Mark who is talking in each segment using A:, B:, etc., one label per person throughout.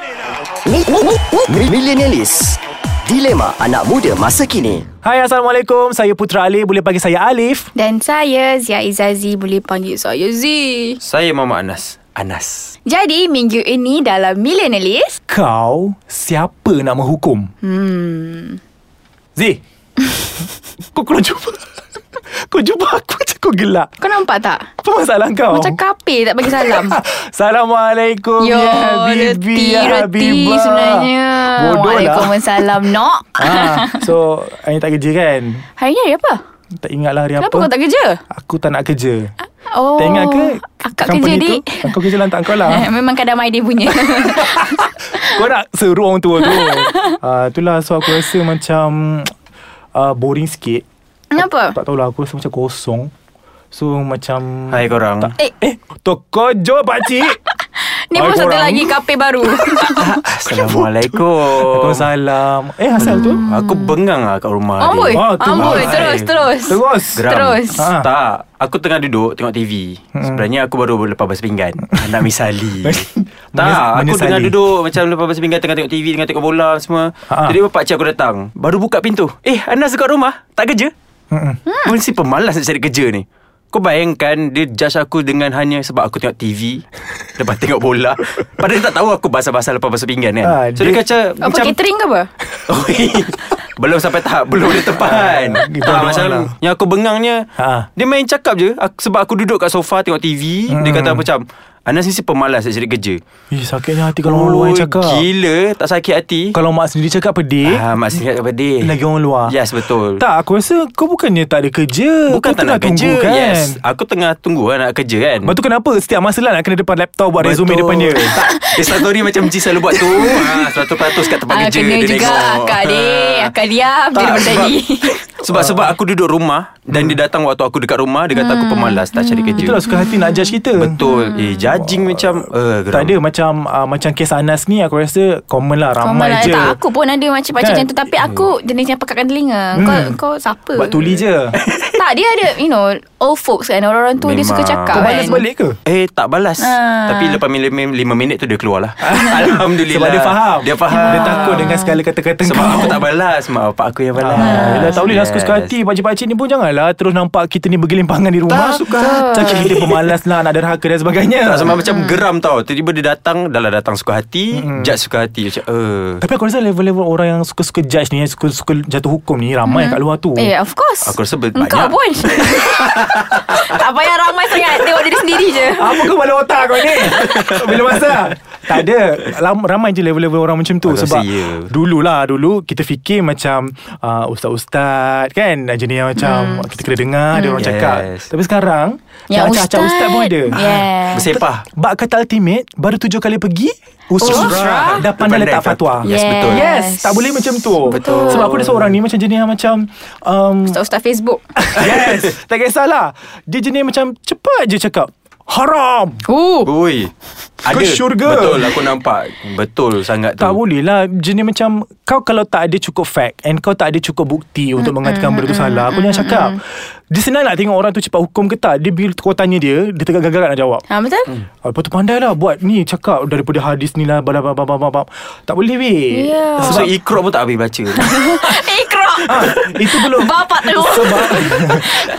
A: Mi- mi- mi- mi- Millenialis Dilema anak muda masa kini
B: Hai Assalamualaikum Saya Putra Ali Boleh panggil saya Alif
C: Dan saya Zia Izazi Boleh panggil saya Z
D: Saya Mama Anas.
B: Anas
C: Jadi minggu ini dalam Millennialist
B: Kau Siapa nak menghukum Hmm Z Kau kurang jumpa Kau jumpa aku macam kau gelak
C: Kau nampak tak?
B: Apa masalah kau
C: Macam kape tak bagi salam
B: Assalamualaikum
C: Yo,
B: ya Habibi
C: reti,
B: ya
C: reti
B: Habibah.
C: sebenarnya
B: Bodoh lah
C: Waalaikumsalam, nok
B: ah, So Hari ni tak kerja kan
C: Hari ni hari apa?
B: Tak ingat lah hari
C: Kenapa
B: apa
C: kau tak kerja?
B: Aku tak nak kerja
C: Oh,
B: Tak ingat ke
C: Akak kerja,
B: company tu,
C: dik
B: Kau kerja lantak kau lah
C: Memang kadang my day punya
B: Kau nak seru orang tua tu uh, Itulah so aku rasa macam uh, Boring sikit
D: Ah.
C: Kenapa?
B: Tak tahulah aku rasa macam kosong So macam
D: Hmm. Hai korang.
B: tak,
C: Eh.
B: Eh Tokojo pakcik
C: Ni
B: Hai,
C: pun satu
B: korang.
C: lagi kape baru
D: Assalamualaikum.
B: Waalaikumsalam Eh asal tu
D: Aku bengang lah kat rumah
C: Amboi
D: tadi.
B: Ah, tu
C: Amboi
D: baik.
C: Terus Terus
B: Terus.
D: Geram.
C: Terus
B: Ah. Hmm.
D: Tak. Aku tengah duduk tengok TV. Sebenarnya aku baru lepas basuh pinggan. Nak misali.
B: Menyes-
D: tak, aku
B: menyesali.
D: tengah duduk macam lepas basuh pinggan tengah tengok TV, tengah tengok bola semua.
B: Ah.
D: Jadi pak cik aku datang. Baru buka pintu. Eh, Anas kat rumah? Tak kerja?
B: Mm-mm.
D: Pun si pemalas nak cari kerja ni. Kau bayangkan dia judge aku dengan hanya sebab aku tengok TV Lepas tengok bola Padahal dia tak tahu aku basah-basah lepas basuh pinggan kan
B: Ah,
D: So dia,
B: dia-
D: kata
C: Apa
D: macam
C: catering ke apa?
D: Oi, belum sampai tahap Belum dia tepan
B: Oh, Ah, kita doa
D: ah, Macam
B: lah.
D: Yang aku bengangnya
B: Ha.
D: Dia main cakap je aku, Sebab aku duduk kat sofa Tengok TV
B: Hmm.
D: Dia kata macam Anas ni si pemalas nak cari kerja
B: Ih sakitnya hati kalau orang luar yang cakap
D: Oh, Gila Tak sakit hati
B: Kalau mak sendiri cakap pedih
D: ah, Mak sini kat pedih
B: Lagi orang luar
D: Yes betul
B: Tak aku rasa Kau bukannya tak ada kerja kau
D: Bukan tak
B: tengah
D: nak kerja
B: tunggu, kan?
D: Yes Aku tengah tunggu lah nak kerja kan
B: Lepas tu kenapa Setiap masa lah nak kena depan laptop Buat resume
D: Betul.
B: depan dia
D: Tak Instastory macam Ji selalu buat tu ha, 100% kat tempat
C: Ah,
D: kerja
C: kena
D: dia
C: juga
D: tengok.
C: akak dia Akak diam je daripada
D: sebab,
C: tadi
D: sebab sebab aku duduk rumah dan dia datang waktu aku dekat rumah dia kata aku
C: Hmm.
D: pemalas tak cari kerja.
B: Hmm. Itulah suka hati nak judge kita
D: Betul. Eh judging macam uh,
B: Tak ada macam uh, Macam kes Anas ni Aku rasa common lah
C: Normal
B: Ramai
C: lah
B: je
C: Tak aku pun ada macam
B: Kan?
C: macam
B: Hmm.
C: macam tu Tapi aku
D: Hmm.
C: jenis yang pekatkan telinga Kau kau siapa?
B: Buat tuli je
C: Tak dia ada You know Old folks kan Orang-orang tua dia suka
D: Memang.
C: cakap
B: Kau
C: kan
B: balas balik ke
D: Eh tak balas
C: Ah.
D: Tapi lepas 5 minit tu dia keluar lah Alhamdulillah
B: Sebab dia faham
D: Dia faham
B: Dia takut dengan segala kata-kata
D: Sebab
B: kau
D: aku tak balas Mak bapak aku yang balas
C: Ah,
B: Yelah tak boleh lah suka-suka hati Pakcik-pakcik ni pun janganlah Terus nampak kita ni bergelimpangan di rumah
D: Tak, suka
B: Cakap kita pemalas lah Nak derhaka dan sebagainya
D: Tak
C: Ah.
D: sama macam geram tau Tiba-tiba dia datang Dah lah datang suka hati mm Judge suka hati Macam eh
B: Hmm. Tapi aku rasa level-level orang yang suka-suka judge ni Yang suka-suka jatuh hukum ni Ramai kat luar tu
C: Eh of course
D: Aku rasa ber-
C: Engkau
D: banyak.
C: pun Tak payah ramai sangat Tengok diri sendiri je
D: Ah,
B: Apa kau balik otak kau ni Bila masa Tak ada Lam- Ramai je level-level orang macam tu
D: Aku rasa
B: Sebab
D: ya.
B: Dululah dulu Kita fikir macam uh, Ustaz-ustaz Kan Jenis yang macam Kita kena dengar Dia orang
D: Hmm. Yes.
B: cakap Tapi sekarang
C: Yang
B: Acah-acah Ya, ustaz Ya. pun ada
C: Yeah
D: Bersepah
B: Bab kata ultimate Baru tujuh kali pergi Oh, Usrah Dah pandai letak fatwa
D: Yes, betul
B: Yes, tak boleh macam tu.
C: Betul.
B: Sebab aku rasa orang ni macam jenis yang macam um,
D: Hmm.
C: Ustaz-ustaz Facebook
B: yes, tak kisahlah. Dia jenis macam cepat je cakap. Haram.
C: Ooh.
D: Ui Ada
B: Ke syurga.
D: Betul aku nampak Betul sangat tu
B: Tak boleh lah Jenis macam Kau kalau tak ada cukup fact And kau tak ada cukup bukti Untuk mengatakan benda tu salah Kau jangan cakap Dia senang nak tengok orang tu Cepat hukum ke tak Dia bila kau tanya dia Dia tegak-gagak nak jawab
C: Ha betul?
D: Hmm.
B: Ah, Lepas tu pandai lah Buat ni cakap Daripada hadis ni lah bla bla bla bla bla bla. Tak boleh weh
C: Ya.
D: So ikrok pun tak habis baca
C: Ikrok
B: Itu belum
C: Bapak tu
B: sebab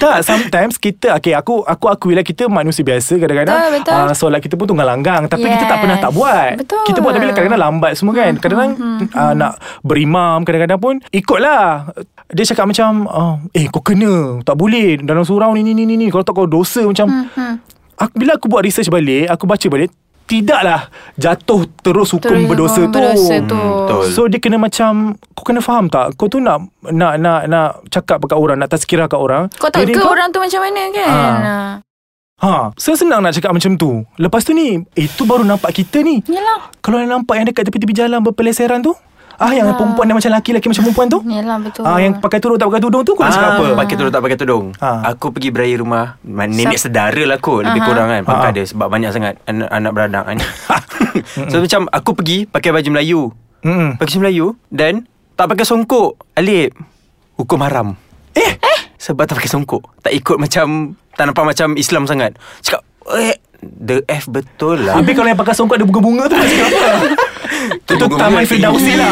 B: tak sometimes kita okay aku aku akui lah kita manusia biasa kadang-kadang
C: Betul, betul.
B: ah, solat kita pun tunggang langgang tapi yes. kita tak
C: Yes.
B: pernah tak buat
C: Betul. Hmm,
B: kita buat tapi kadang-kadang lambat semua kan kadang-kadang ah, nak berimam kadang-kadang pun ikutlah dia cakap macam oh, eh kau kena tak boleh dalam surau ni ni ni ni, ni kalau tak kau dosa macam
C: Hmm,
B: aku, bila aku buat research balik aku baca balik tidaklah jatuh terus hukum
C: Terus
B: berdosa
C: hukum
B: tu
C: berdosa tu.
D: betul.
B: So dia kena macam Kau kena faham tak Kau tu nak Nak nak nak cakap kat orang Nak tazkirah kat orang
C: Kau tahu
B: Diri
C: ke orang tu macam mana kan?
B: Ha.
C: Ha.
B: Ha Senang-senang nak cakap macam tu Lepas tu ni Itu baru nampak kita ni
C: Yelah
B: Kalau yang nampak yang dekat tepi-tepi jalan Berpeleseran tu Ah yang perempuan dia macam lelaki Lelaki macam perempuan tu
C: Yelah Ha. betul
B: Ah yang pakai tudung tak pakai tudung tu Kau nak cakap apa
D: Ah, Pakai tudung tak pakai tudung
B: Ah.
D: Aku pergi beraya rumah ma- Nenek sedara lah kot Lebih kurang
B: Ah.
D: kan Pakai dia Sebab banyak sangat Anak, anak beranak kan So macam Aku pergi Pakai baju Melayu
B: Mm-mm.
D: Pakai baju Melayu Dan Tak pakai songkok Alip Hukum haram
B: Eh
D: Sebab tak pakai songkok Tak ikut macam Tak nampak macam Islam sangat Cakap Eh The F betul lah
B: Habis kalau yang pakai songkok ada bunga-bunga tu Nak cakap apa
D: Itu sungguh
B: Taman
D: menghayati.
B: Firdausi lah.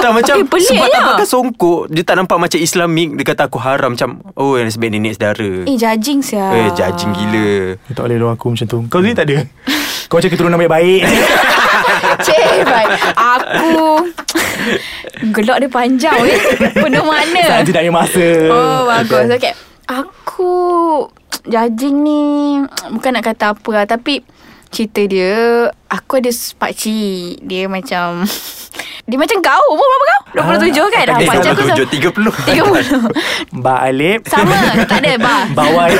D: tak macam
C: Eh, pelik
D: Sebab
C: ya.
D: tak pakai songkok Dia tak nampak macam Islamik Dia kata aku haram Macam Oh yang sebab nenek saudara
C: Eh judging sia
D: Eh judging gila
B: Tak boleh doang aku macam tu Kau sendiri tak ada Kau macam keturunan baik-baik
C: Cik baik Aku Gelak dia panjang eh. Penuh mana
B: Saat je nak punya masa
C: Oh bagus Okay Aku Judging ni Bukan nak kata apa lah Tapi Cerita dia Aku ada s- pakcik Dia macam Dia macam kau Umur berapa kau? 27 ah, kan?
B: Eh,
C: Ah, pakcik aku sama- 30
D: 27, 30.
B: Mbak Alip
C: Sama Tak ada bah
B: Bawai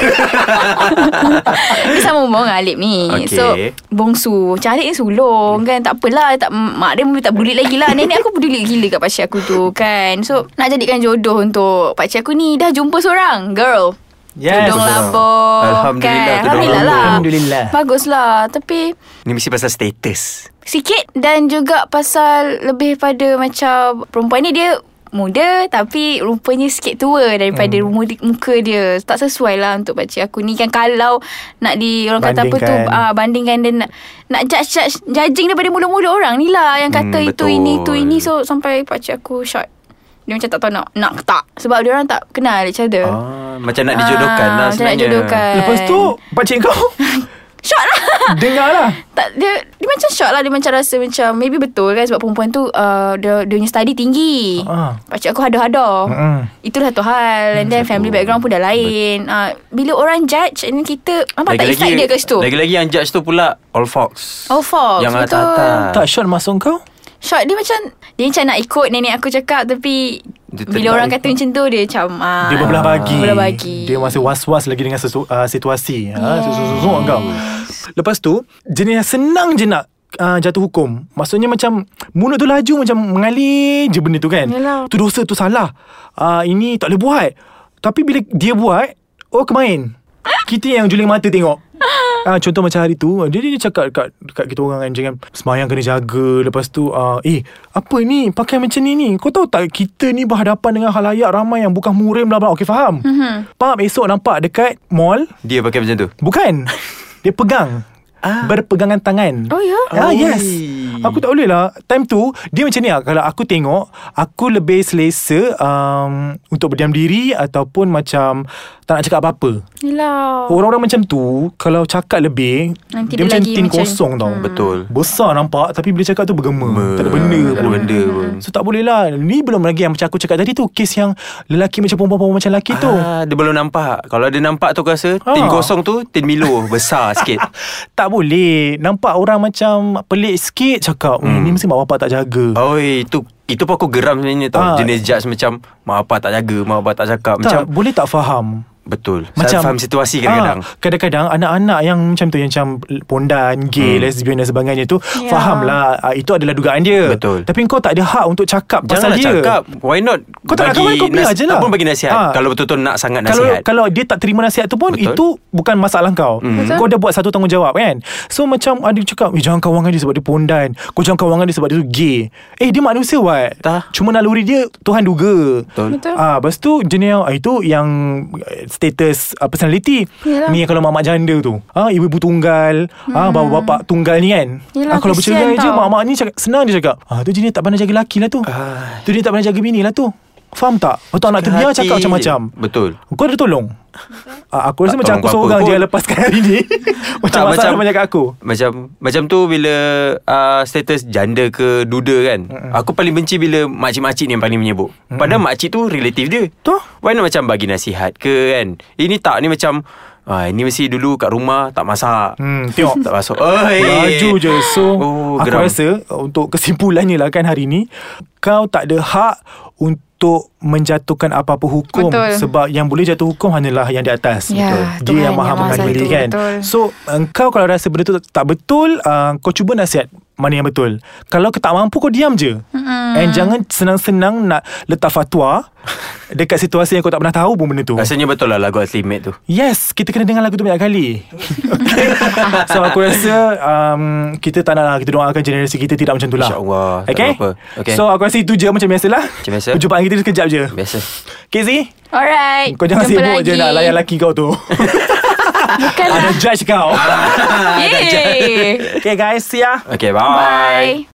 C: Dia sama umur dengan Alip ni
D: Okey.
C: So Bongsu Macam Alip ni sulung kan Tak apalah tak, Mak dia tak peduli lagi lah Nenek aku peduli gila kat pakcik aku tu kan So Nak jadikan jodoh untuk Pakcik aku ni Dah jumpa seorang Girl
B: Yes
C: Tudung
D: betul.
C: labuh kan?
D: Alhamdulillah, tudung
C: Alhamdulillah lah
D: labuh.
B: lah, Alhamdulillah.
C: Baguslah Tapi
D: Ni mesti pasal status
C: Sikit Dan juga pasal Lebih pada macam Perempuan ni dia muda tapi rupanya sikit tua daripada hmm. muka dia tak sesuai lah untuk pakcik aku ni kan kalau nak di orang kata apa tu
B: Bandingkan.
C: uh, bandingkan dan nak, nak judge, judge judging daripada mula-mula orang ni lah yang kata hmm,
D: Hmm,
C: itu
D: betul.
C: ini itu ini so sampai pakcik aku shot dia macam tak tahu nak nak tak sebab dia orang tak kenal each other
D: ah, Macam nak dijodohkan
C: Ah,
D: lah
C: macam nak
D: sebenarnya
C: jodohkan
B: Lepas tu Pakcik kau
C: Shot lah
B: Dengar lah
C: tak dia, dia macam shock lah Dia macam rasa macam Maybe betul kan Sebab perempuan tu uh, dia, dia punya study tinggi
B: Ah.
C: Pakcik aku hada-hada
B: Mm-mm.
C: Itu satu hal And then family background pun dah lain uh, Bila orang judge And then kita Nampak tak effect dia kat situ
D: Lagi-lagi yang judge tu pula All Fox
C: All Fox,
D: Yang
C: betul.
D: atas-atas
B: Tak Sean masuk kau
C: Shot dia macam Dia macam nak ikut nenek aku cakap Tapi
D: Dia tak
C: Bila orang
D: nak
C: kata macam tu Dia macam uh,
B: Dia berbelah Ah, bagi
C: Berbelah bagi
B: Dia masih was-was lagi dengan sesu, uh, situasi ha,
C: Yes.
B: Susuk-susuk kau Lepas tu Jenis yang senang je nak uh, jatuh hukum Maksudnya macam Mulut tu laju macam mengalir je benda tu kan
C: Yalah.
B: Tu dosa tu salah uh, Ini tak boleh buat Tapi bila dia buat Oh kemain Kita yang juling mata tengok Ah, contoh macam hari tu Dia, dia cakap dekat, dekat kita orang kan Jangan semayang kena jaga Lepas tu ah, Eh apa ni Pakai macam ni ni Kau tahu tak Kita ni berhadapan dengan halayak Ramai yang bukan murim bla bla. Okay faham mm-hmm. Faham esok nampak dekat mall
D: Dia pakai macam tu
B: Bukan Dia pegang ah. Berpegangan tangan
C: Oh, ya?
B: Ah yes
D: Oi.
B: Aku tak boleh lah Time tu Dia macam ni lah Kalau aku tengok Aku lebih selesa um, Untuk berdiam diri Ataupun macam Tak nak cakap apa-apa
C: Yelah
B: Orang-orang macam tu Kalau cakap lebih
C: Oh. Nanti
B: Dia
C: dia
B: macam
C: lagi
B: tin
C: macam- Hmm.
B: kosong tau
D: Betul
B: Besar nampak Tapi bila cakap tu bergema Tak ada benda
D: Tak ada
B: pun
D: benda pun
B: So tak boleh lah Ni belum lagi yang macam aku cakap tadi tu Kes yang Lelaki macam perempuan-perempuan macam lelaki tu
D: Ah, dia belum nampak Kalau dia nampak tu aku rasa
B: Ah.
D: Tin kosong tu Tin Milo Besar sikit
B: Tak boleh Nampak orang macam Pelik sikit cakap hmm. Ni mesti mak bapak tak jaga
D: Oi itu Itu pun aku geram sebenarnya tau
B: Ah.
D: Jenis judge macam Mak apa tak jaga Mak apa tak cakap Macam
B: Tak boleh tak faham
D: Betul Saya faham situasi kadang-kadang
B: ah, Kadang-kadang anak-anak yang macam tu Yang macam pondan, gay,
D: Hmm.
B: lesbian dan sebagainya tu
C: Ya.
B: Fahamlah ah, Itu adalah dugaan dia
D: Betul.
B: Tapi kau tak ada hak untuk cakap pasal
D: Janganlah
B: dia
D: cakap Why not
B: Kau tak nak
D: bagi
B: kawan, kau pilih
D: nas-
B: aje lah.
D: Tak pun bagi nasihat
B: Ah.
D: Kalau betul-betul nak sangat
B: kalau
D: nasihat
B: kalau dia tak terima nasihat tu pun
D: Betul. Hmm.
B: Betul. itu bukan masalah kau. Mm.
C: Betul.
B: Kau dah buat satu tanggungjawab kan. So macam ada yang cakap, "Eh jangan kawangan dia sebab dia pondan. Kau jangan kawangan dia sebab dia tu gay." Eh dia manusia what?
D: Tah.
B: Cuma naluri dia Tuhan duga.
D: Betul.
C: Betul.
B: Ah lepas tu jenis yang ah, itu yang eh, status ah, personality.
C: Yelah.
B: Ni yang kalau mak-mak janda tu. Ah ibu-ibu tunggal, ah bapa-bapa tunggal ni kan. ah,
C: Yelah,
B: kalau
C: Hmm. kesian
B: bercerai je
C: tau.
B: mak-mak ni cakap, senang dia cakap. Ah tu jenis tak pandai jaga lelaki lah tu.
D: Ah.
B: Tu dia tak pandai jaga bini lah tu. Faham tak? Atau anak terbiar
D: Hati
B: cakap
D: je.
B: macam-macam.
D: Betul
B: Kau ada tolong Ah, Aku rasa
D: Tak
B: macam aku
D: tolong
B: seorang
D: apa-apa
B: je
D: pun.
B: yang lepaskan hari ni Macam
D: Tak,
B: masalah banyak kat aku
D: Macam Macam tu bila uh, Status janda ke Duda kan Aku paling benci bila Makcik-makcik ni yang paling menyebut Padahal makcik tu Relatif dia
B: Betul.
D: Why not macam bagi nasihat ke kan Ini tak ni macam ah, Ini mesti dulu kat rumah Tak masak
B: Hmm, tengok.
D: Tak masuk Oi.
B: Laju je So
D: Eh. Oh,
B: oh, Aku
D: geram.
B: rasa uh, Untuk kesimpulannya lah kan hari ni Kau tak ada hak Untuk Menjatuhkan apa-apa hukum
C: Betul.
B: Sebab yang boleh jatuh hukum Hanyalah yang di atas
C: Ya,
B: Betul.
C: Tuhan
B: Dia yang
C: yang
B: maha
C: Maha
B: mengadili
C: Satu,
B: kan
C: betul.
B: So Engkau kalau rasa benda tu tak betul uh, Kau cuba nasihat Mana yang betul Kalau kau tak mampu Kau diam je mm. And jangan senang-senang Nak letak fatwa Dekat situasi yang kau tak pernah tahu pun benda tu
D: Rasanya betul lah lagu Ultimate tu
B: Yes, kita kena dengar lagu tu banyak kali. Okay. so aku rasa um, kita tak nak lah, kita doakan generasi kita tidak macam tu lah.
D: InsyaAllah, tak
B: Okay?
D: apa-apa. Okay.
B: So aku rasa itu je macam biasalah. Macam
D: biasa.
B: Perjumpaan kita sekejap je.
D: Biasa
B: KZ,
C: Alright
B: kau jangan
C: Jumpa
B: sibuk
C: lagi.
B: je nak layan laki kau tu.
C: Bukan
B: Ada
C: lah
B: judge kau.
C: Yeay
B: okay guys, see ya.
D: Okay bye,
C: Bye